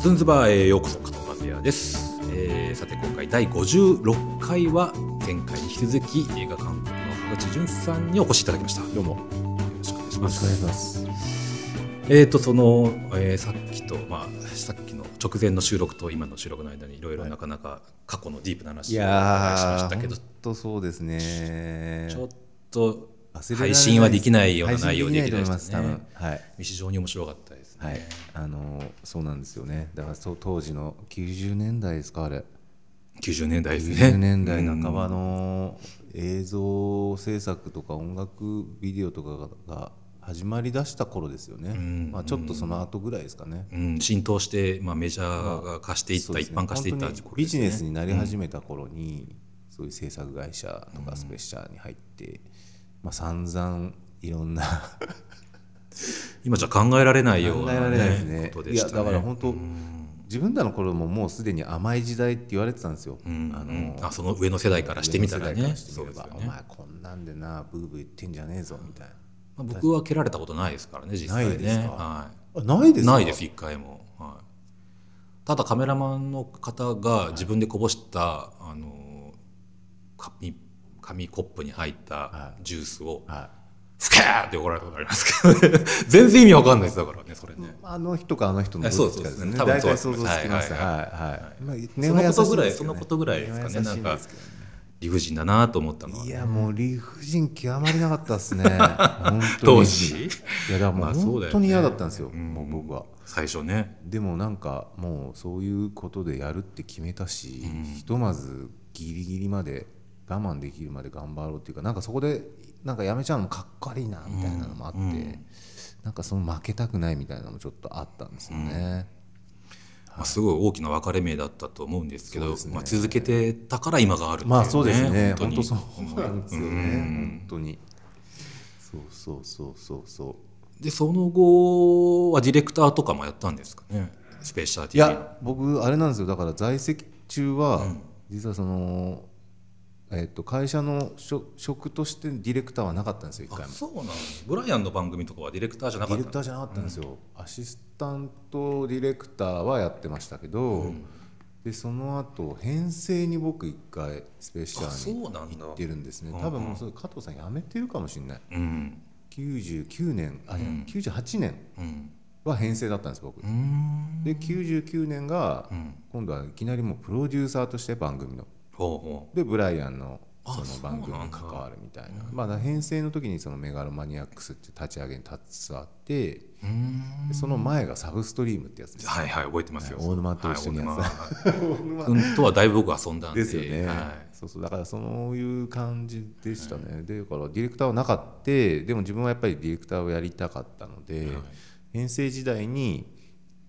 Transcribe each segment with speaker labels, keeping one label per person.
Speaker 1: ズンズバーへようこそ加藤和也です、えーさて今回第56回は前回に引き続き映画監督の深口淳さんにお越しいただきましたよ
Speaker 2: どうも、よ
Speaker 1: ろしくお願いし
Speaker 2: ろ
Speaker 1: ま
Speaker 2: し
Speaker 1: す
Speaker 2: くお願いします。
Speaker 1: えーとその、えーさっきとまあさっきの直前の収録と今の収録の間にいろいろなかなか過去のディープな話をお伺いしましたけど
Speaker 2: 本当そうですね。
Speaker 1: ちょっと
Speaker 2: 忘れられない
Speaker 1: 配信はできないような内容
Speaker 2: 配
Speaker 1: でき
Speaker 2: 信で
Speaker 1: な
Speaker 2: き
Speaker 1: で
Speaker 2: ないいと思いますす、
Speaker 1: ね
Speaker 2: 多分。はい。
Speaker 1: 非常に面白かったですね、
Speaker 2: はい。あの、そうなんですよね。だから、そう当時の90年代ですか、あれ。
Speaker 1: 90年代ですね
Speaker 2: 90年代半ばの映像制作とか音楽ビデオとかが始まりだした頃ですよね。
Speaker 1: ん
Speaker 2: まあ、ちょっとその後ぐらいですかね。
Speaker 1: うん、浸透して、まあ、メジャーが貸していった、
Speaker 2: そうです
Speaker 1: 一
Speaker 2: ね
Speaker 1: 般化していった
Speaker 2: 本当に
Speaker 1: 頃
Speaker 2: ビ
Speaker 1: です
Speaker 2: ジ
Speaker 1: ね
Speaker 2: ネスになり始めた頃に、そういう制作会社とかスペシャルに入って、まあ散々いろんな
Speaker 1: 今じゃ考えられない よう
Speaker 2: 考え
Speaker 1: な、
Speaker 2: られないですね
Speaker 1: ことで
Speaker 2: い
Speaker 1: し
Speaker 2: や
Speaker 1: たね。
Speaker 2: だから本当、自分らの頃ももうすでに甘い時代って言われてたんですよ、
Speaker 1: うん
Speaker 2: あ
Speaker 1: うん
Speaker 2: の
Speaker 1: あその上の世代からしてみたら
Speaker 2: 上の世代か
Speaker 1: ね。
Speaker 2: して
Speaker 1: そ
Speaker 2: み
Speaker 1: う
Speaker 2: れ
Speaker 1: です
Speaker 2: ば
Speaker 1: よ
Speaker 2: お
Speaker 1: ね。
Speaker 2: 前こんなんでなブーブー言ってんじゃねえぞみたい
Speaker 1: まあ、僕は蹴られたことないですからね、実際
Speaker 2: ないです
Speaker 1: ね。
Speaker 2: か
Speaker 1: は
Speaker 2: なあない
Speaker 1: い、
Speaker 2: ですか
Speaker 1: ないです、一回も。はい、ただ、カメラマンの方が自分でこぼした、あの紙紙コップに入ったジュースを、
Speaker 2: は
Speaker 1: スケーって怒られたことありますけど、ね、 全然意味わかんないです、だからね、それね。
Speaker 2: いあの人かあの人の
Speaker 1: え
Speaker 2: ど
Speaker 1: そう
Speaker 2: っちかですね
Speaker 1: そうで
Speaker 2: 大
Speaker 1: すね多分そ
Speaker 2: 体
Speaker 1: うで
Speaker 2: 想
Speaker 1: す
Speaker 2: 像つきます
Speaker 1: は
Speaker 2: はい
Speaker 1: は
Speaker 2: いはいい
Speaker 1: はい
Speaker 2: はいまあ
Speaker 1: そ
Speaker 2: 根
Speaker 1: の
Speaker 2: は
Speaker 1: こ
Speaker 2: 優
Speaker 1: と
Speaker 2: し
Speaker 1: ぐ
Speaker 2: い
Speaker 1: らい
Speaker 2: です
Speaker 1: そ
Speaker 2: よね
Speaker 1: のことぐらいですかね
Speaker 2: 根
Speaker 1: な
Speaker 2: は優し
Speaker 1: ん
Speaker 2: い
Speaker 1: か
Speaker 2: ですけどね
Speaker 1: 理不尽だなと思ったのは、
Speaker 2: い
Speaker 1: ね、
Speaker 2: やもう理不尽極まりなかった ですね本当
Speaker 1: 当
Speaker 2: に
Speaker 1: 時
Speaker 2: いやだから
Speaker 1: ま
Speaker 2: も
Speaker 1: あ
Speaker 2: う
Speaker 1: そうだよね
Speaker 2: 本当に嫌だったんですよ,、もう僕は
Speaker 1: 最初ね
Speaker 2: でもなんかもうそういうことでやるって決めたし、ひとまずギリギリまで我慢できるまで頑張ろうっていうかなんかそこでなんかやめちゃうのもかっこ悪いなみたいなのもあって、なんかその負けたくないみたいなのもちょっとあったんですよね、
Speaker 1: まあ、すごい大きな分かれ目だったと思うんですけど
Speaker 2: そうですね
Speaker 1: まあ、続けてたから今があるっていう、ね
Speaker 2: まあそうですね
Speaker 1: 本当
Speaker 2: 本当
Speaker 1: に
Speaker 2: そうなんですよね、
Speaker 1: うん
Speaker 2: 本当にそうそうそうそうそう
Speaker 1: でその後はディレクターとかもやったんですかねスペーシャー
Speaker 2: い
Speaker 1: TV の
Speaker 2: や僕あれなんですよだから在籍中は、実はその、えっと会社の職職としてディレクターはなかったんですよ一
Speaker 1: あ
Speaker 2: 回も
Speaker 1: そうなんですブライアンの番組とかはディレクターじゃな
Speaker 2: デ
Speaker 1: か
Speaker 2: ィ
Speaker 1: っ
Speaker 2: レ
Speaker 1: た
Speaker 2: ク
Speaker 1: ん
Speaker 2: タ
Speaker 1: で
Speaker 2: ーじゃなかったんですよ、アシスタントディレクターはやってましたけど、でその後編成に僕一回スペシャ
Speaker 1: す
Speaker 2: ルに
Speaker 1: そうなんだ
Speaker 2: 行ってるんですね
Speaker 1: うん
Speaker 2: 多分もうそれ加藤さん辞めてるかもしれない
Speaker 1: うん
Speaker 2: 99年あ、いや98年
Speaker 1: うん
Speaker 2: は編成だったんです僕、
Speaker 1: うーん
Speaker 2: で99年が、
Speaker 1: ん
Speaker 2: 今度はいきなりもうプロデューサーとして番組の
Speaker 1: ほうほう
Speaker 2: でブライアンの
Speaker 1: あ
Speaker 2: そ
Speaker 1: そ
Speaker 2: の
Speaker 1: うなん
Speaker 2: 番
Speaker 1: だ
Speaker 2: 組に関わるみたいなまあ、だから編成の時にそのメガロマニアックスって立ち上げに携わってで
Speaker 1: うーん
Speaker 2: その前がサブストリームってやつです、
Speaker 1: はいはい覚えてますよ、
Speaker 2: はい大沼と一緒にやってた
Speaker 1: はい大沼君とはだいぶ僕遊んだんで
Speaker 2: ですよね、
Speaker 1: はい
Speaker 2: そうそうだからそういう感じでしたね、でだからディレクターはなかったでも自分はやっぱりディレクターをやりたかったので、編成時代に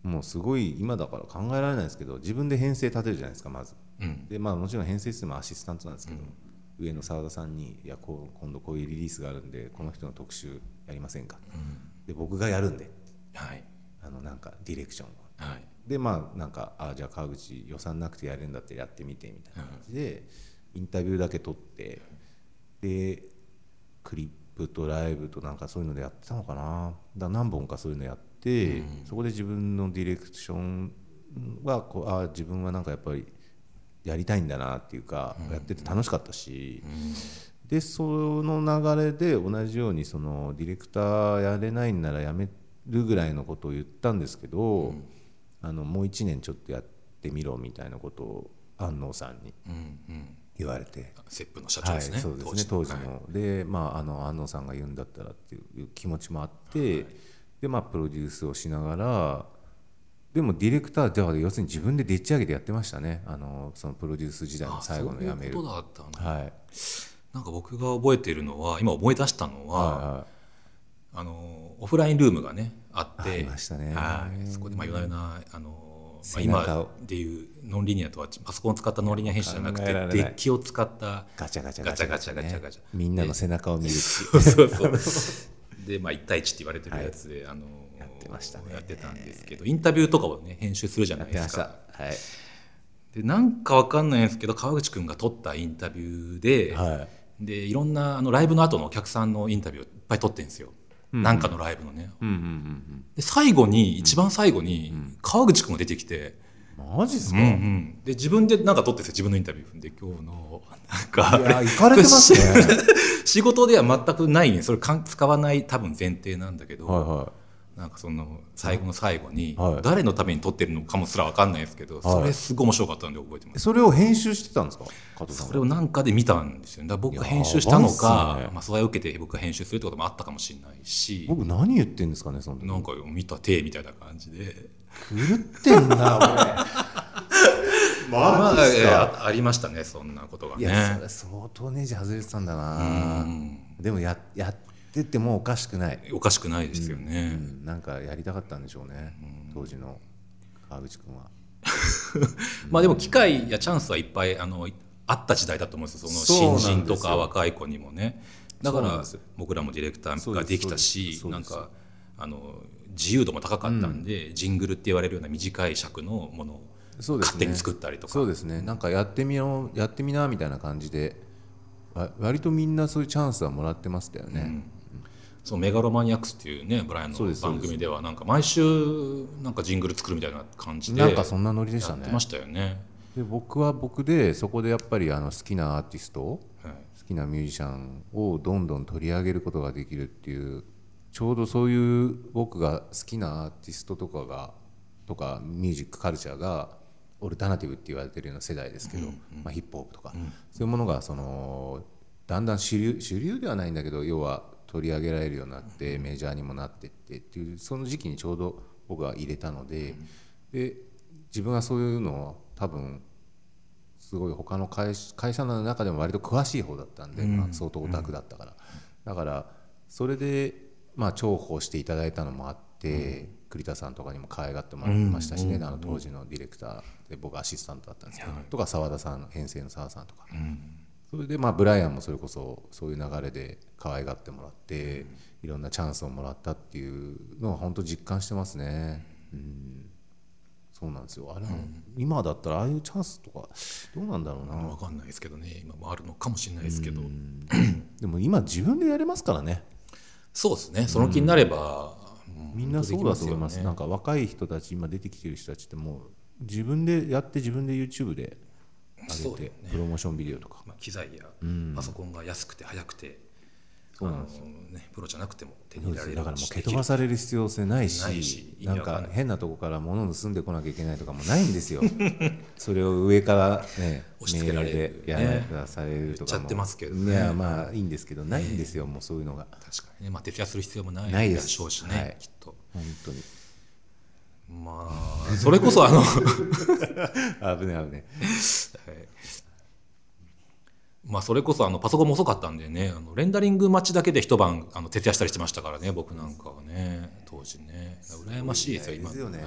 Speaker 2: もうすごい今だから考えられないですけど自分で編成立てるじゃないですかまず。
Speaker 1: うん、
Speaker 2: でまあ、もちろん編成室もアシスタントなんですけど、上の澤田さんにいやこう今度こういうリリースがあるんでこの人の特集やりませんか、で僕がやるんで
Speaker 1: はい
Speaker 2: あのなんかディレクションを
Speaker 1: はい
Speaker 2: でまあなんかあじゃあ川口予算なくてやれるんだってやってみてみたいな感じで、インタビューだけ撮ってでクリップとライブとなんかそういうのでやってたのかなだ何本かそういうのやって、そこで自分のディレクションはこうあ自分はなんかやっぱりやりたいんだなっていうか、やってて楽しかったし、でその流れで同じようにそのディレクターやれないんならやめるぐらいのことを言ったんですけど、あのもう1年ちょっとやってみろみたいなことを安納さんに
Speaker 1: うんうん
Speaker 2: 言われて。
Speaker 1: セップの社長ですね、
Speaker 2: はい、そうですね当時
Speaker 1: はい
Speaker 2: の、でまああの安納さんが言うんだったらっていう気持ちもあって、でまあプロデュースをしながらでもディレクターでは要するに自分ででっち上げてやってましたねあのそのプロデュース時代の
Speaker 1: あ
Speaker 2: 最後のやめる
Speaker 1: そういうことだったんだ
Speaker 2: はい
Speaker 1: なんか僕が覚えているのは今思い出したのは、
Speaker 2: は
Speaker 1: あのオフラインルームがねあって
Speaker 2: ありましたね
Speaker 1: はいそこでまあ夜な夜なあの、まあ、
Speaker 2: 背中を
Speaker 1: 今でいうノンリニアとはパソコンを使ったノンリニア編集じゃなくて
Speaker 2: 考えられない
Speaker 1: デッキを使った
Speaker 2: いガチャガチャ
Speaker 1: ガチャガチャガチャ
Speaker 2: ね
Speaker 1: ガチャ
Speaker 2: みんなの背中を見る
Speaker 1: そうそう そうでまあ1対1って言われてるやつで、あのやって
Speaker 2: ましたね
Speaker 1: やってたんですけどインタビューとかをね編集するじゃない
Speaker 2: やって
Speaker 1: で
Speaker 2: ますし
Speaker 1: か
Speaker 2: たはい
Speaker 1: でなんかわかんないんですけど川口君が撮ったインタビューで、、
Speaker 2: はい
Speaker 1: でいろんなあのライブの後のお客さんのインタビューをいっぱい撮ってるんですよ、なんかのライブのね。
Speaker 2: うんうんうんうん
Speaker 1: で最後に一番最後に、川口君が出てきて、
Speaker 2: マジっす
Speaker 1: う
Speaker 2: か、
Speaker 1: んうん、で自分でなんか撮ってて自分のインタビューで今日の なんか
Speaker 2: いや行かれてます ね
Speaker 1: 仕事では全くないねそれかん使わない多分前提なんだけど、
Speaker 2: はいは
Speaker 1: なんかその最後の最後に、
Speaker 2: はい
Speaker 1: 誰のために撮ってるのかもすら分かんないですけど、
Speaker 2: はい
Speaker 1: それすごい面白かったんで覚えてま
Speaker 2: い
Speaker 1: す。
Speaker 2: それを編集してたんですか加藤さん
Speaker 1: それをなんかで見たんですよね。だから僕が編集したのか、まあ、それを受けて僕が編集するってこともあったかもしれないし、
Speaker 2: 僕何言ってんですかねその時
Speaker 1: なんか見た手みたいな感じで。
Speaker 2: 狂ってん な俺
Speaker 1: ま
Speaker 2: マジっ
Speaker 1: あ、い
Speaker 2: すか
Speaker 1: やありましたね、そんなことが
Speaker 2: い
Speaker 1: ね。
Speaker 2: や、それ相当ネジ外れてたんだ
Speaker 1: う
Speaker 2: な、
Speaker 1: ん
Speaker 2: でもややっててもおかしくない、
Speaker 1: おかしくないですよ
Speaker 2: う
Speaker 1: ね。
Speaker 2: ん、なんかやりたかったんでしょうね、当時の川口君は
Speaker 1: まあでも機会やチャンスはいっぱいあのあった時代だと思うんですよ。そ
Speaker 2: そうなん
Speaker 1: の
Speaker 2: ですよ
Speaker 1: 新人とか若い子にもね。だか
Speaker 2: そうなん
Speaker 1: ら
Speaker 2: ですよ
Speaker 1: 僕らもディレクタ
Speaker 2: そ
Speaker 1: ー
Speaker 2: う
Speaker 1: が
Speaker 2: です
Speaker 1: できた
Speaker 2: そ
Speaker 1: し、
Speaker 2: う
Speaker 1: な
Speaker 2: で
Speaker 1: ん
Speaker 2: すそう
Speaker 1: かあの自由度も高かったんで、ジングルって言われるような短い尺のものを
Speaker 2: そうですね
Speaker 1: 勝手に作ったりとか。
Speaker 2: そうですねなんかやってみようやってみなみたいな感じでわ割とみんなそういうチャンスはもらってましたよね、
Speaker 1: そのメガロマニアックスっていうねブライアンの
Speaker 2: そうですそうです
Speaker 1: 番組ではなんか毎週なんかジングル作るみたいな感じで
Speaker 2: なんか
Speaker 1: や
Speaker 2: そんなノリでした
Speaker 1: っ
Speaker 2: ね
Speaker 1: てましたよね。
Speaker 2: で僕は僕でそこでやっぱりあの好きなアーティスト好
Speaker 1: はい
Speaker 2: きなミュージシャンをどんどん取り上げることができるっていうちょうどそういう僕が好きなアーティストとかがとかミュージックカルチャーがオルタナティブって言われてるような世代ですけど、まあ、ヒップホップとか、そういうものがそのだんだん主流主流ではないんだけど要は取り上げられるようになって、メジャーにもなってってっていうその時期にちょうど僕は入れたので,、で自分はそういうのを多分すごい他の会社会社の中でも割と詳しい方だったんで、まあ、相当オタクだったから、だからそれで、まあ、重宝していただいたのもあって、栗田さんとかにも可愛がってもらいましたしね、あの当時のディレクターで僕アシスタントだったんですけど、とか澤田さん編成の澤さんとか、それで、まあ、ブライアンもそれこそそういう流れで可愛がってもらって、いろんなチャンスをもらったっていうのは本当実感してますね。うんそうなんですよあれ、今だったらああいうチャンスとかどうなんだろうな、
Speaker 1: わかんないですけどね今もあるのかもしれないですけど、
Speaker 2: でも今自分でやれますからね
Speaker 1: そうですねその気になれば、う
Speaker 2: みんなそうだと思い
Speaker 1: 本当で
Speaker 2: ます
Speaker 1: きよね
Speaker 2: なんか若い人たち今出てきてる人たちってもう自分でやって自分で YouTube で
Speaker 1: そ
Speaker 2: 上
Speaker 1: うだ
Speaker 2: げ
Speaker 1: よ
Speaker 2: て
Speaker 1: ね
Speaker 2: プロモーションビデオとか
Speaker 1: まあ、機材やパソコンが安くて早くて、
Speaker 2: そうな
Speaker 1: あ
Speaker 2: ん
Speaker 1: のね、プロじゃなくても手
Speaker 2: そ
Speaker 1: に
Speaker 2: う
Speaker 1: 入れら
Speaker 2: です
Speaker 1: れる
Speaker 2: よだからもう
Speaker 1: し
Speaker 2: 蹴飛ばされる必要性ないし
Speaker 1: ないし意
Speaker 2: な
Speaker 1: 味
Speaker 2: ん
Speaker 1: わかんない
Speaker 2: か変なとこから物盗んでこなきゃいけないとかもないんで すよそれを上からね
Speaker 1: 押し付けられる
Speaker 2: 命令でや
Speaker 1: ね
Speaker 2: らされる
Speaker 1: 言
Speaker 2: とかも
Speaker 1: っちゃってますけどね
Speaker 2: いやまあいいんですけどないんですよもうそういうのが
Speaker 1: 確かにね、まあ、徹夜する必要もない
Speaker 2: ないで
Speaker 1: ですしょうしね、
Speaker 2: はい
Speaker 1: きっと
Speaker 2: 本当に
Speaker 1: まあそれこそあの、 はい
Speaker 2: 危ね危ね
Speaker 1: まあ、それこそあのパソコンも遅かったんでねあのレンダリング待ちだけで一晩あの徹夜したりしてましたからね僕なんかはね当時ねだから羨ましいですよ今
Speaker 2: ですよね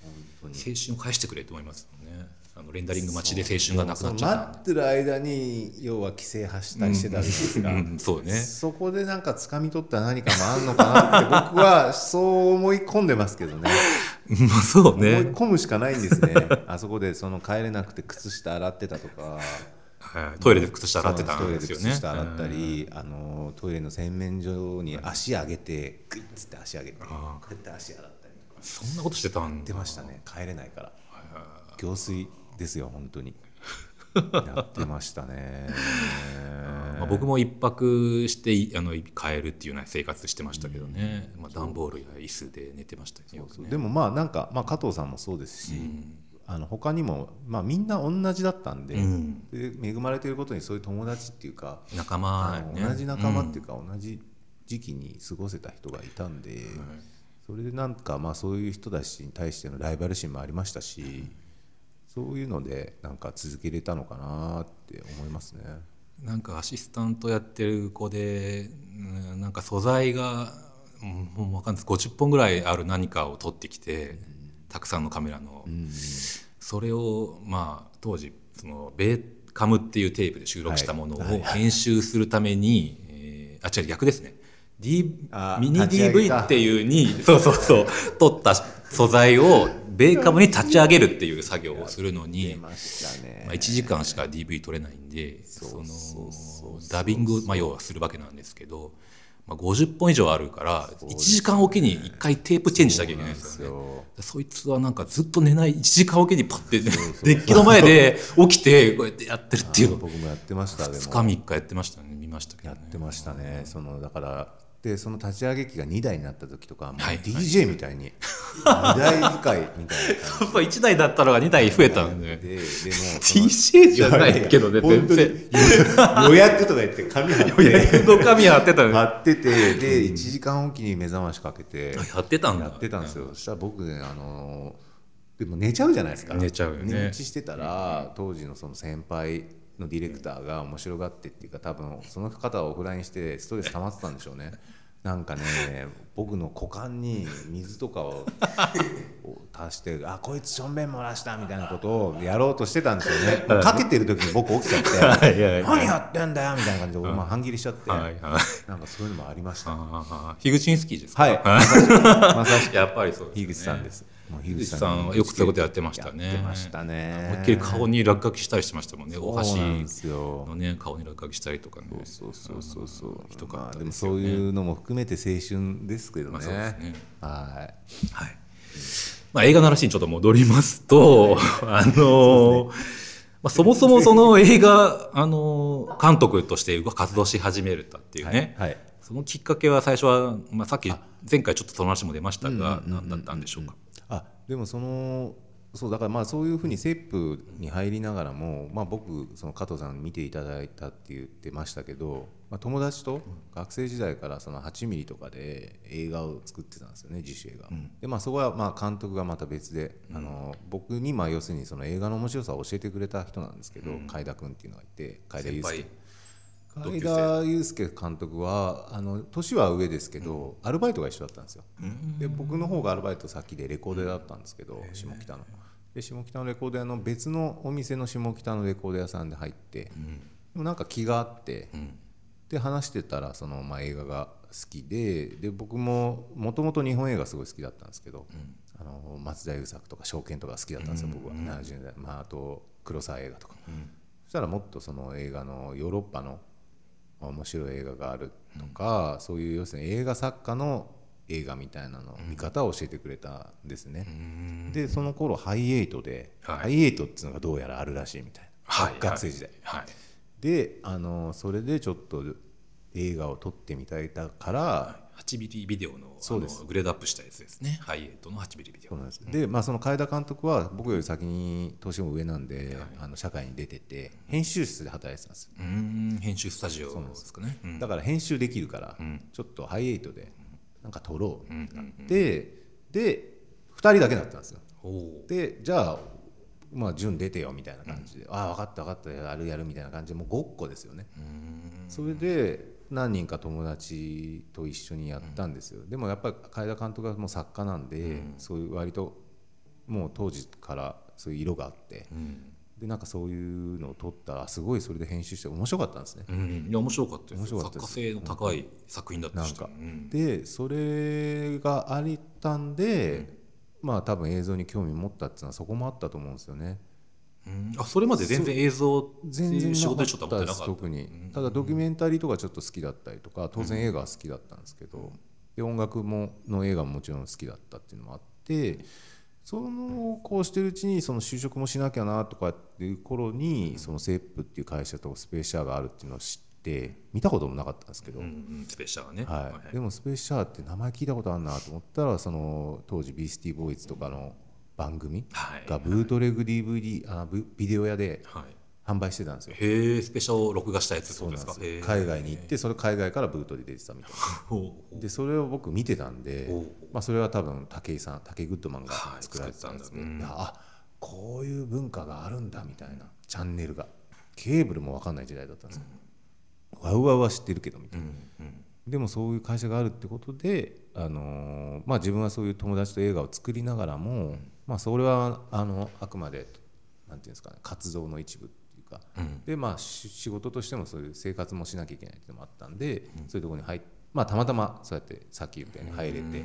Speaker 2: 本当に
Speaker 1: 青春を返してくれと思いますよねあのレンダリング待ちで青春がなくなっちゃったんで
Speaker 2: 待ってる間に要は規制発したりしてたわけですが、
Speaker 1: うん、そうね
Speaker 2: そこでなんか掴み取った何かもあんのかなって僕はそう思い込んでますけどね
Speaker 1: まあそう
Speaker 2: 思い
Speaker 1: ね、
Speaker 2: 込むしかないんですね あそこでその帰れなくて靴下洗ってたとか
Speaker 1: はい、トイレで靴下洗ってた
Speaker 2: トイ
Speaker 1: ん
Speaker 2: レ
Speaker 1: で
Speaker 2: です
Speaker 1: よ
Speaker 2: 靴
Speaker 1: ね
Speaker 2: 下洗った
Speaker 1: うん
Speaker 2: り、あのトイレの洗面所に足上げてグイッつって足上げてこ
Speaker 1: あ
Speaker 2: うやって足洗ったりとか
Speaker 1: そんなことしてたん
Speaker 2: 出
Speaker 1: だ
Speaker 2: ましたね帰れないから行水ですよ本 当にやってましたね
Speaker 1: まあ、僕も一泊していあのい帰るっていうような生活してましたけどね、まあ、段ボールや椅子で寝てましたよねよくね
Speaker 2: でもまあなんか、まあ、加藤さんもそうですし、あの他にも、まあ、みんな同じだったんで,、
Speaker 1: うん
Speaker 2: で恵まれていることにそういう友達っていうか、
Speaker 1: 仲間、
Speaker 2: あの
Speaker 1: ね、
Speaker 2: 同じ仲間っていうか、同じ時期に過ごせた人がいたんで、それでなんか、まあ、そういう人たちに対してのライバル心もありましたし、そういうのでなんか続けれたのかなって思いますね。
Speaker 1: なんかアシスタントやってる子で、うん、なんか素材が、うん、もうわかんないです50本ぐらいある何かを撮ってきて、たくさんのカメラの、それをまあ当時そのベーカムっていうテープで収録したものを編集するために、えーあ違う逆ですね、D
Speaker 2: あ、ー
Speaker 1: ミニ
Speaker 2: 立ち上げ
Speaker 1: DV
Speaker 2: か
Speaker 1: っていうにそうそうそう撮った素材をベーカムに立ち上げるっていう作業をするのに。
Speaker 2: ましたね
Speaker 1: まあ、1時間しか DV 取れないんでそのダビングを、まあ、要はするわけなんですけど、まあ、50本以上あるから
Speaker 2: そうですね
Speaker 1: 1時間おきに1回テープチェンジしなきゃいけないんですよね。そいつはなんかずっと寝ない1時間おきにパッて、ね
Speaker 2: そうそう、
Speaker 1: デッキの前で起きてこうやってやってるっていう
Speaker 2: あ
Speaker 1: の
Speaker 2: の僕もやってましたでも
Speaker 1: 2日3日やってましたね見ましたけど、
Speaker 2: や
Speaker 1: ね、
Speaker 2: ってましたね、そのだからでその立ち上げ機が2台になった時とか、もう
Speaker 1: はい
Speaker 2: DJ みたいに、2台使いみたいな
Speaker 1: やっぱ1台だったのが2台増えたん
Speaker 2: で
Speaker 1: で
Speaker 2: でも
Speaker 1: DJ じゃないけどね
Speaker 2: 本
Speaker 1: 全
Speaker 2: 当に
Speaker 1: 然
Speaker 2: 予約とか言って紙貼って
Speaker 1: 予約の紙やってたのに
Speaker 2: 貼
Speaker 1: や
Speaker 2: っててで1時間おきに目覚ましかけて
Speaker 1: ってたんだ
Speaker 2: やってたんですよそしたら僕ねあのでも寝ちゃうじゃないですか
Speaker 1: 寝ちゃうよね
Speaker 2: 寝落ちしてたら当時のその先輩のディレクターが面白がってっていうか多分その方はオフラインしてストレス溜まってたんでしょ うねなんかね僕の股間に水とかをを足してあこいつしょんべん漏らしたみたいなことをやろうとしてたんですよ ねもうかけてる時に僕起きちゃっ
Speaker 1: はいは
Speaker 2: て
Speaker 1: いはい
Speaker 2: 何やってんだよみたいな感じで俺も半切りしちゃって
Speaker 1: はいはい
Speaker 2: なんかそういうのもありました
Speaker 1: ああヒグチンスキーですか
Speaker 2: はいまさしくまさしく
Speaker 1: やっぱりそうです、ね、
Speaker 2: 樋口さんです。もう
Speaker 1: 樋口さんはよくそういうことやってましたね
Speaker 2: やってましたね。
Speaker 1: 思いっきり顔に落書きしたりしてましたもんね大
Speaker 2: そうなんで
Speaker 1: 橋
Speaker 2: すよ。
Speaker 1: のね顔に落書きしたりとかね
Speaker 2: そうそうそうそう。
Speaker 1: ひどか
Speaker 2: ま
Speaker 1: っ
Speaker 2: あ
Speaker 1: た
Speaker 2: でも
Speaker 1: です
Speaker 2: そういうのも含めて青春ですけど
Speaker 1: まあそうです
Speaker 2: ね
Speaker 1: ね。
Speaker 2: は
Speaker 1: はい。まあ、映画の話にちょっと戻りますと、あのーまあ、そもそもその映画、あのー監督として活動し始めるたってい
Speaker 2: い。
Speaker 1: うね、
Speaker 2: はい。はい
Speaker 1: そのきっかけは最初は、まあ、さっき前回ちょっとその話も出ましたが何だったんでしょうか。
Speaker 2: あでもそのそうだからまあそういうふうにセップに入りながらも、まあ、僕その加藤さん見ていただいたって言ってましたけど、まあ、友達と学生時代からその8ミリとかで映画を作ってたんですよね自主映画、でまあそこはまあ監督がまた別で、あの僕にまあ要するにその映画の面白さを教えてくれた人なんですけど、海田君っていうのがいて海田
Speaker 1: 先
Speaker 2: 祐介
Speaker 1: 輩同
Speaker 2: 海
Speaker 1: 級生
Speaker 2: 田祐介監督はあの年は上ですけど、アルバイトが一緒だったんですよ、で僕の方がアルバイト先でレコード屋だったんですけど、下北ので下北のレコード屋の別のお店の下北のレコード屋さんで入って、でもなんか気があって、で話してたらその、まあ、映画が好きでで僕ももともと日本映画すごい好きだったんですけど、あの松田優作とか証券とか好きだったんですよ、僕は70年代、まあ、あと黒沢映画とか、そしたらもっとその映画のヨーロッパの面白い映画があるとか、そういう要するに映画作家の映画みたいなの見方を教えてくれたんですね、でその頃ハイエイトで、
Speaker 1: はい
Speaker 2: ハイエイトっていうのがどうやらあるらしいみたいな、
Speaker 1: はい
Speaker 2: 学生時代、
Speaker 1: はい
Speaker 2: であのそれでちょっと映画を撮ってみたいだから、
Speaker 1: 8ミリビデオの
Speaker 2: そうで
Speaker 1: あのグレードアップしたやつですねハイエイトの8ミリビデ
Speaker 2: そう
Speaker 1: オ
Speaker 2: なんですでまあその海田監督は僕より先に年も上なんで、あの社会に出てて編集室で働いてたんですよ、
Speaker 1: うーん編集スタジオですかねうん
Speaker 2: だから編集できるから、ちょっとハイエイトでなんか撮ろうってなって、で2人だけだったんですよ
Speaker 1: おお
Speaker 2: でじゃあまあ順出てよみたいな感じで、ああ分かった分かったやるやるみたいな感じでもうごっこですよねそれで何人か友達と一緒にやったんですよ、でもやっぱり海田監督はもう作家なんで、そういう割ともう当時からそういう色があって、でなんかそういうのを撮ったらすごいそれで編集して面白かったんですね、
Speaker 1: うんいや面白かったです
Speaker 2: 面白かったです
Speaker 1: 作家性の高い作品だった
Speaker 2: な
Speaker 1: し
Speaker 2: ん
Speaker 1: た
Speaker 2: か、
Speaker 1: うん
Speaker 2: でそれがありたんで、まあ多分映像に興味持ったっていうのはそこもあったと思うんですよね。
Speaker 1: うんあそれまで全然映像って
Speaker 2: 全
Speaker 1: い
Speaker 2: 然
Speaker 1: う仕
Speaker 2: な
Speaker 1: 事
Speaker 2: か
Speaker 1: でちょっと持っな
Speaker 2: ってたです
Speaker 1: かった
Speaker 2: 特にただドキュメンタリーとかちょっと好きだったりとか当然映画は好きだったんですけど、で音楽もの映画ももちろん好きだったっていうのもあってそのこうしてるうちにその就職もしなきゃなとかっていう頃にそのセップっていう会社とスペーシャーがあるっていうのを知って見たこともなかったんですけど、
Speaker 1: うんうんスペシャルはね、
Speaker 2: は
Speaker 1: はい
Speaker 2: い、でもスペースシャーって名前聞いたことあるなと思ったらその当時ビースティーボーイズとかの番組
Speaker 1: はい
Speaker 2: がブートレグ DVD あブビデオ屋で
Speaker 1: はい
Speaker 2: 販売してたんですよ。
Speaker 1: へえスペシャルを録画したやつって
Speaker 2: そ
Speaker 1: こ
Speaker 2: う
Speaker 1: と
Speaker 2: な
Speaker 1: で
Speaker 2: ん
Speaker 1: すか
Speaker 2: ですよ
Speaker 1: へえ
Speaker 2: 海外に行ってそれ海外からブートで出てたみたい
Speaker 1: ほうほ
Speaker 2: なでそれを僕見てたんで
Speaker 1: おう、
Speaker 2: まあ、それは多分武井さん武井グッドマンが
Speaker 1: はい
Speaker 2: 作られてたんですけど、
Speaker 1: 作っ
Speaker 2: いやあこういう文化があるんだみたいなチャンネルがケーブルも分かんない時代だったんですよ、ワウワウは知ってるけどみたいな、でもそういう会社があるってことで、あのーまあ、自分はそういう友達と映画を作りながらも、まあ、それはあのあくまでなんていうんですかね活動の一部っていうか、でまあし仕事としてもそういう生活もしなきゃいけないっていうのもあったんで、そういうところに入っまあたまたまそうやってさっき言ったように入れて、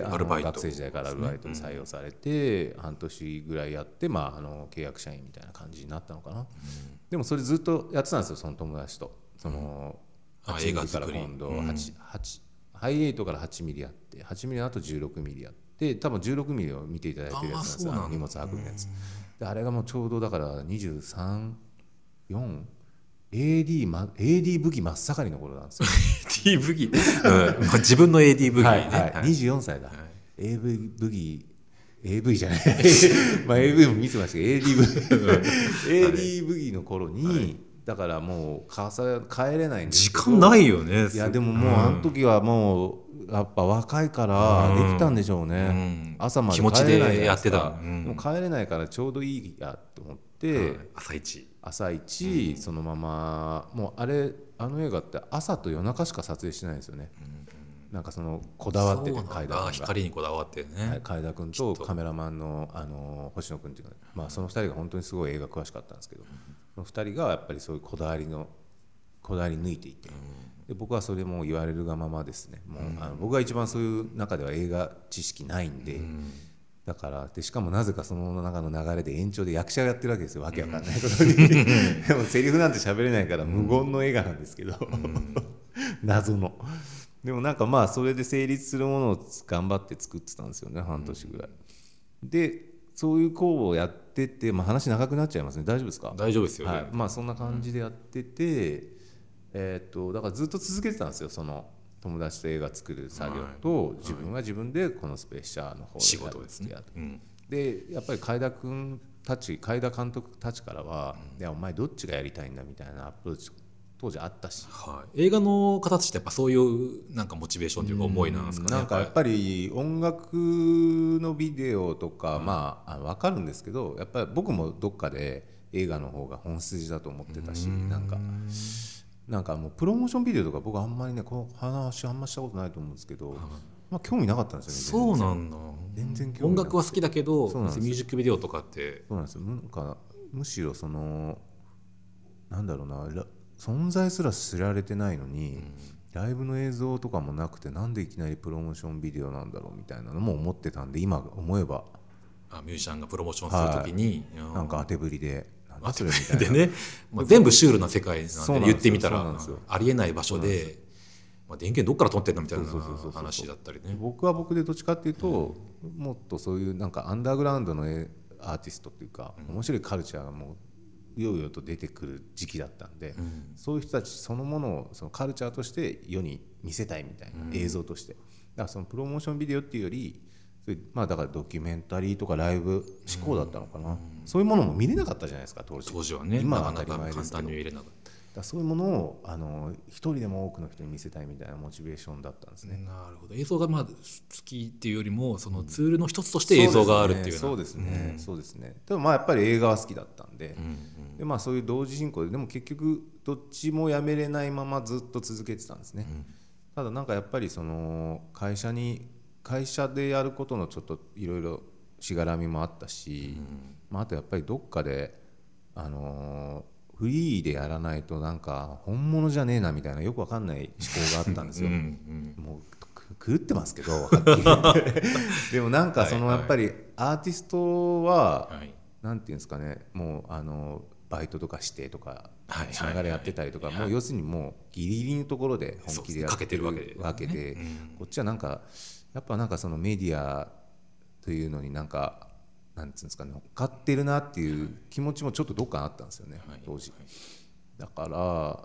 Speaker 2: であの
Speaker 1: アルバイト
Speaker 2: 学生時代からアルバイトに採用されて、半年ぐらいやって、まあ、あの契約社員みたいな感じになったのかな、でもそれずっとやってたんですよその友達とその、
Speaker 1: あ
Speaker 2: 8
Speaker 1: 映
Speaker 2: ミ
Speaker 1: 画
Speaker 2: リか
Speaker 1: 作
Speaker 2: ら
Speaker 1: り
Speaker 2: 今度
Speaker 1: うん
Speaker 2: 8、八ハイエイトから8ミリあって8ミリの後16ミリやって多分16ミリを見ていただいてるやつなんですよ
Speaker 1: あーそうなんだ
Speaker 2: あの荷物運ぶやつであれがもうちょうどだから234 AD,、ま、AD 武器真っ盛りの頃なん ですよ
Speaker 1: AD ブギ、 うんまあ、自分の AD ブギね、
Speaker 2: はいはい、24歳だ、AV ブギ AV じゃない まあ AV も見てましたけど AD ブギ AD ブギの頃に、だからもうかさ帰れないんです
Speaker 1: 時
Speaker 2: けど
Speaker 1: 間ないよね
Speaker 2: いやでももうあの時はもうやっぱ若いからできたんでしょうね、
Speaker 1: うん
Speaker 2: 朝まで
Speaker 1: 気持ち
Speaker 2: 帰れない
Speaker 1: でやってた
Speaker 2: じゃないうです
Speaker 1: ん
Speaker 2: かもう帰れないからちょうどいいやと思
Speaker 1: う
Speaker 2: っ
Speaker 1: ん
Speaker 2: て、
Speaker 1: 朝一
Speaker 2: 朝一、そのままもうあれあの映画って朝と夜中しか撮影してないんですよね、なんかそのこだわってて
Speaker 1: そうなん
Speaker 2: 海
Speaker 1: だ
Speaker 2: 田
Speaker 1: あ
Speaker 2: 君が
Speaker 1: 光にこだわってね、
Speaker 2: はい、海田君とカメラマンのあの星野君っていうの、まあ、その2人が本当にすごい映画詳しかったんですけど、その2人がやっぱりそういうこだわりのこだわり抜いていて、で僕はそれも言われるがままですねもう、あの僕が一番そういう中では映画知識ないんで、だからでしかもなぜかその中の流れで延長で役者がやってるわけですよわけわかんないことに でもセリフなんて喋れないから無言の映画なんですけど、謎のでもなんかまあそれで成立するものを頑張って作ってたんですよね半年ぐらい、でそういう工をやってて、まあ、話長くなっちゃいますね大丈夫ですか
Speaker 1: 大丈夫ですよ、
Speaker 2: はい、まあそんな感じでやってて、えーっとだからずっと続けてたんですよその友達と映画作る作業と、自分は自分でこのスペシャルの方
Speaker 1: 仕事ですね
Speaker 2: やる
Speaker 1: うん
Speaker 2: でやっぱり海田君たち海田監督たちからは「いやお前どっちがやりたいんだ」みたいなアプローチ当時あったし
Speaker 1: はい、映画の形ってやっぱそういうなんかモチベーションというか思いなんですかね、
Speaker 2: なんかやっぱり音楽のビデオとか、まああ分かるんですけどやっぱり僕もどっかで映画の方が本筋だと思ってたしなんかなんかもうプロモーションビデオとか僕あんまりねこの話あんましたことないと思うんですけど、まあ興味なかったんですよね
Speaker 1: そうなんだ
Speaker 2: 全然興味
Speaker 1: 音
Speaker 2: なくて
Speaker 1: 楽は好きだけど
Speaker 2: そうなんですよ
Speaker 1: ミュージックビデオとかって
Speaker 2: そうなんですよなんかむしろそのなんだろうなら存在すら知られてないのに、ライブの映像とかもなくてなんでいきなりプロモーションビデオなんだろうみたいなのも思ってたんで今思えば
Speaker 1: あミュージシャンがプロモーションするときに、う
Speaker 2: なんか当てぶりでなんだ
Speaker 1: あ
Speaker 2: それみたいな
Speaker 1: でね、まあ、全部シュールな世界なん
Speaker 2: そう
Speaker 1: で
Speaker 2: なんですよ
Speaker 1: 言ってみた
Speaker 2: そうなん
Speaker 1: ら
Speaker 2: ですよ
Speaker 1: ありえない場所で、まあ、電源どっから取ってんのみたいな
Speaker 2: そうそうそうそうそう
Speaker 1: 話だったりね
Speaker 2: 僕は僕でどっちかっていうと、もっとそういうなんかアンダーグラウンドのえアーティストっていうか、面白いカルチャーがもういよいよと出てくる時期だったんで、そういう人たちそのものをそのカルチャーとして世に見せたいみたいな、映像としてだからそのプロモーションビデオっていうよりそういうまあだからドキュメンタリーとかライブ志向だったのかな、そういうものも見れなかったじゃないですか当時
Speaker 1: 当時はね
Speaker 2: 今は
Speaker 1: なかな
Speaker 2: 当た
Speaker 1: か
Speaker 2: り前
Speaker 1: 簡
Speaker 2: ですけど
Speaker 1: 単には入れなかった
Speaker 2: だからそういうものをあの一人でも多くの人に見せたいみたいなモチベーションだったんですね、
Speaker 1: なるほど映像がまあ好きっていうよりもそのツールの一つとして映像があるっていうような
Speaker 2: そうですねそうですね,、でもまあやっぱり映画は好きだったんで,、でまあ、そういう同時進行ででも結局どっちもやめれないままずっと続けてたんですね、ただなんかやっぱりその会社に会社でやることのちょっといろいろしがらみもあったし、まあ、あとやっぱりどっかであのーフリーでやらないとなんか本物じゃねえなみたいなよくわかんない思考があったんですよ。もうく狂ってますけど はっきり言ってでもなんかそのやっぱりアーティストは
Speaker 1: はい
Speaker 2: なんていうんですかねもうあのバイトとかしてとか
Speaker 1: はい
Speaker 2: しながらやってたりとかもう要するにもうギリギリのところで本気でやって
Speaker 1: そうですね
Speaker 2: わけでこっちはなんかやっぱなんかそのメディアというのになんかなんていうんですかね乗っかってるなっていう気持ちもちょっとどっかあったんですよね
Speaker 1: はい
Speaker 2: 当時。だから、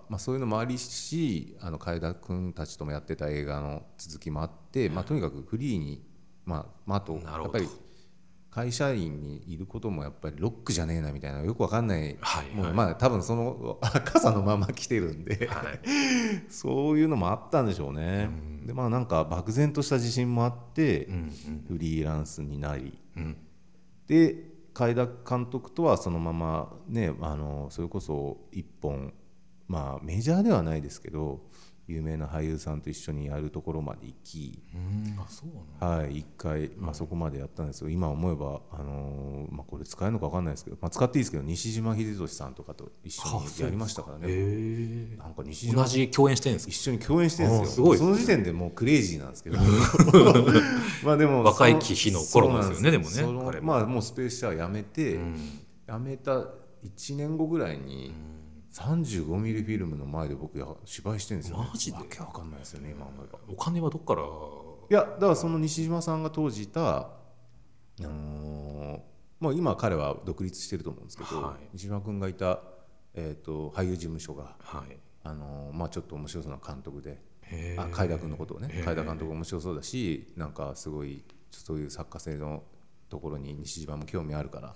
Speaker 2: まあ、そういうのもありしあの楓田君たちともやってた映画の続きもあって、まあ、とにかくフリーに、まあまあ、あと
Speaker 1: なる
Speaker 2: や
Speaker 1: ほ
Speaker 2: っ
Speaker 1: ど
Speaker 2: ぱり会社員にいることもやっぱりロックじゃねえなみたいなよくわかんない、
Speaker 1: はい
Speaker 2: も
Speaker 1: は
Speaker 2: う
Speaker 1: い
Speaker 2: まあ多分その 傘のまま来てるんで、 そういうのもあったんでしょうね。でまあなんか漠然とした自信もあって、フリーランスになり、で海田監督とはそのままねあのそれこそ一本まあメジャーではないですけど有名な俳優さんと一緒にやるところまで行き、
Speaker 1: うんあそうなん
Speaker 2: はい、一回、まあ、そこまでやったんですよ、今思えば、あのーまあ、これ使えるのか分かんないですけど、まあ、使っていいですけど西島秀俊さんとかと一緒にやりましたからね、
Speaker 1: へ
Speaker 2: なんか西
Speaker 1: え
Speaker 2: 島
Speaker 1: 同じ共演してるんですか
Speaker 2: 一緒に共演してるんですよ
Speaker 1: あーすごいです
Speaker 2: その時点でもうクレイジーなん ですけどまあでも
Speaker 1: 若い日の頃なんですよねでもね
Speaker 2: ね
Speaker 1: 彼も
Speaker 2: まあもうスペースシャアやめて、やめた1年後ぐらいに、 35ミリフィルムの前で僕や芝居してるんですよ、
Speaker 1: マジで
Speaker 2: わけわかんないですよね今思えば
Speaker 1: お金はどっから
Speaker 2: いやだからその西島さんが当時いた、あのーまあ、今彼は独立してると思うんですけど、
Speaker 1: はい
Speaker 2: 西島君がいた、えー、と俳優事務所が、
Speaker 1: はい
Speaker 2: あのーまあ、ちょっと面白そうな監督で
Speaker 1: へー
Speaker 2: あ海田君のことをね
Speaker 1: へー
Speaker 2: 海田監督面白そうだしなんかすごいそういう作家性のところに西島も興味あるから、っ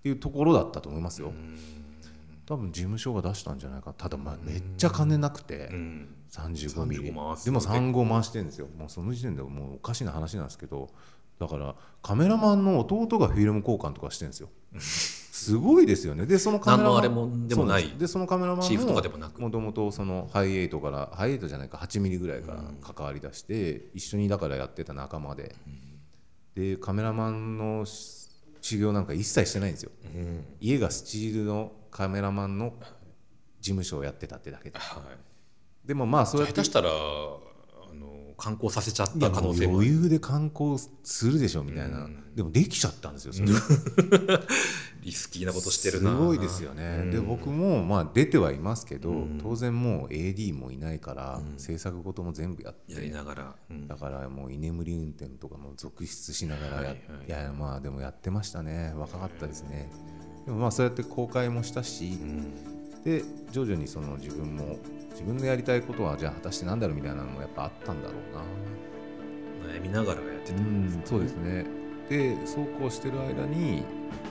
Speaker 2: ていうところだったと思いますよ。多分事務所が出したんじゃないかただまあめっちゃ金なくて、
Speaker 1: うん
Speaker 2: 35ミリで
Speaker 1: 35回す
Speaker 2: も3号回してるんですよもうその時点でもうおかしな話なんですけどだからカメラマンの弟がフィルム交換とかしてるんです よすごいですよねでそのカメラマン
Speaker 1: 何のあれもでもない
Speaker 2: そうなんですでそのカメラマン
Speaker 1: チーフとかでもなく
Speaker 2: もともとそのハイエイトからハイエイトじゃないか8ミリぐらいから関わりだして、一緒にだからやってた仲間で、でカメラマンのし修行なんか一切してないんですよ、家がスチールのカメラマンの事務所をやってたってだけで
Speaker 1: はい
Speaker 2: でもまあそうやっ
Speaker 1: 下
Speaker 2: て
Speaker 1: 手したらあの観光させちゃっ
Speaker 2: い
Speaker 1: た
Speaker 2: や
Speaker 1: 可
Speaker 2: も
Speaker 1: 能
Speaker 2: う
Speaker 1: 性も
Speaker 2: 余裕で観光するでしょみたいな、でもできちゃったんですよそれ
Speaker 1: リスキーなことしてるな
Speaker 2: すごいですよね、で僕もまあ出てはいますけど、当然もう AD もいないから、制作ごとも全部やって
Speaker 1: やりながら、うん
Speaker 2: だからもう居眠り運転とかも続出しながらや,、
Speaker 1: はい
Speaker 2: い
Speaker 1: はい
Speaker 2: やまあでもやってましたね若かったですね、でもまあそうやって公開もしたし、で徐々にその自分も自分のやりたいことはじゃあ果たしてなんだろうみたいなのもやっぱあったんだろうな
Speaker 1: 悩みながらやってた、
Speaker 2: うん、そうですねでそうこうしてる間に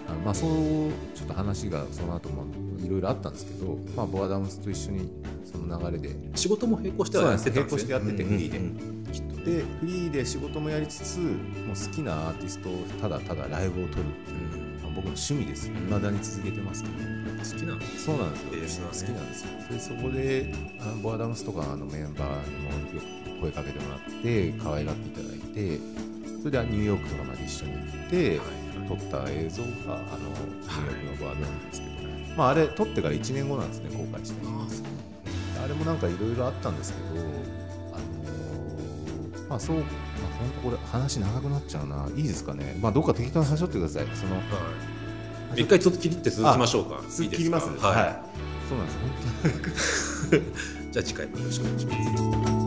Speaker 2: あのまあそうちょっと話がその後もいろいろあったんですけど、まあ、ボアダムスと一緒にその流れで
Speaker 1: 仕事も並行して
Speaker 2: そう
Speaker 1: は
Speaker 2: な
Speaker 1: や
Speaker 2: ん
Speaker 1: っ
Speaker 2: です
Speaker 1: てたんです
Speaker 2: 並行
Speaker 1: よ
Speaker 2: してやってて
Speaker 1: うん
Speaker 2: フリーで、
Speaker 1: うん
Speaker 2: きっとでフリーで仕事もやりつつもう好きなアーティストをただただライブを撮る、
Speaker 1: うん
Speaker 2: まあ、僕の趣味です未だに続けてますけど、
Speaker 1: 好きなの
Speaker 2: そうなんですよ、
Speaker 1: ベースはね
Speaker 2: 好きなんですよでそこであのボアダムスとかのメンバーにもよく声かけてもらって可愛がっていただいてそれでニューヨークとかまで一緒に行って、撮った映像があのニューヨークのボアダムスなんですけど、まあ、あれ撮ってから1年後なんですね公開して
Speaker 1: ああそう
Speaker 2: あれもなんかいろいろあったんですけどあのーまあそう、まあ、本当これ話長くなっちゃうないいですかねまあどっか適当に端折ってくださいその
Speaker 1: はい一回ちょっと切りって続きましょうかいいですか
Speaker 2: 切ります
Speaker 1: はい、
Speaker 2: そうなんです本当に
Speaker 1: じゃあ次回もよろしくお願いします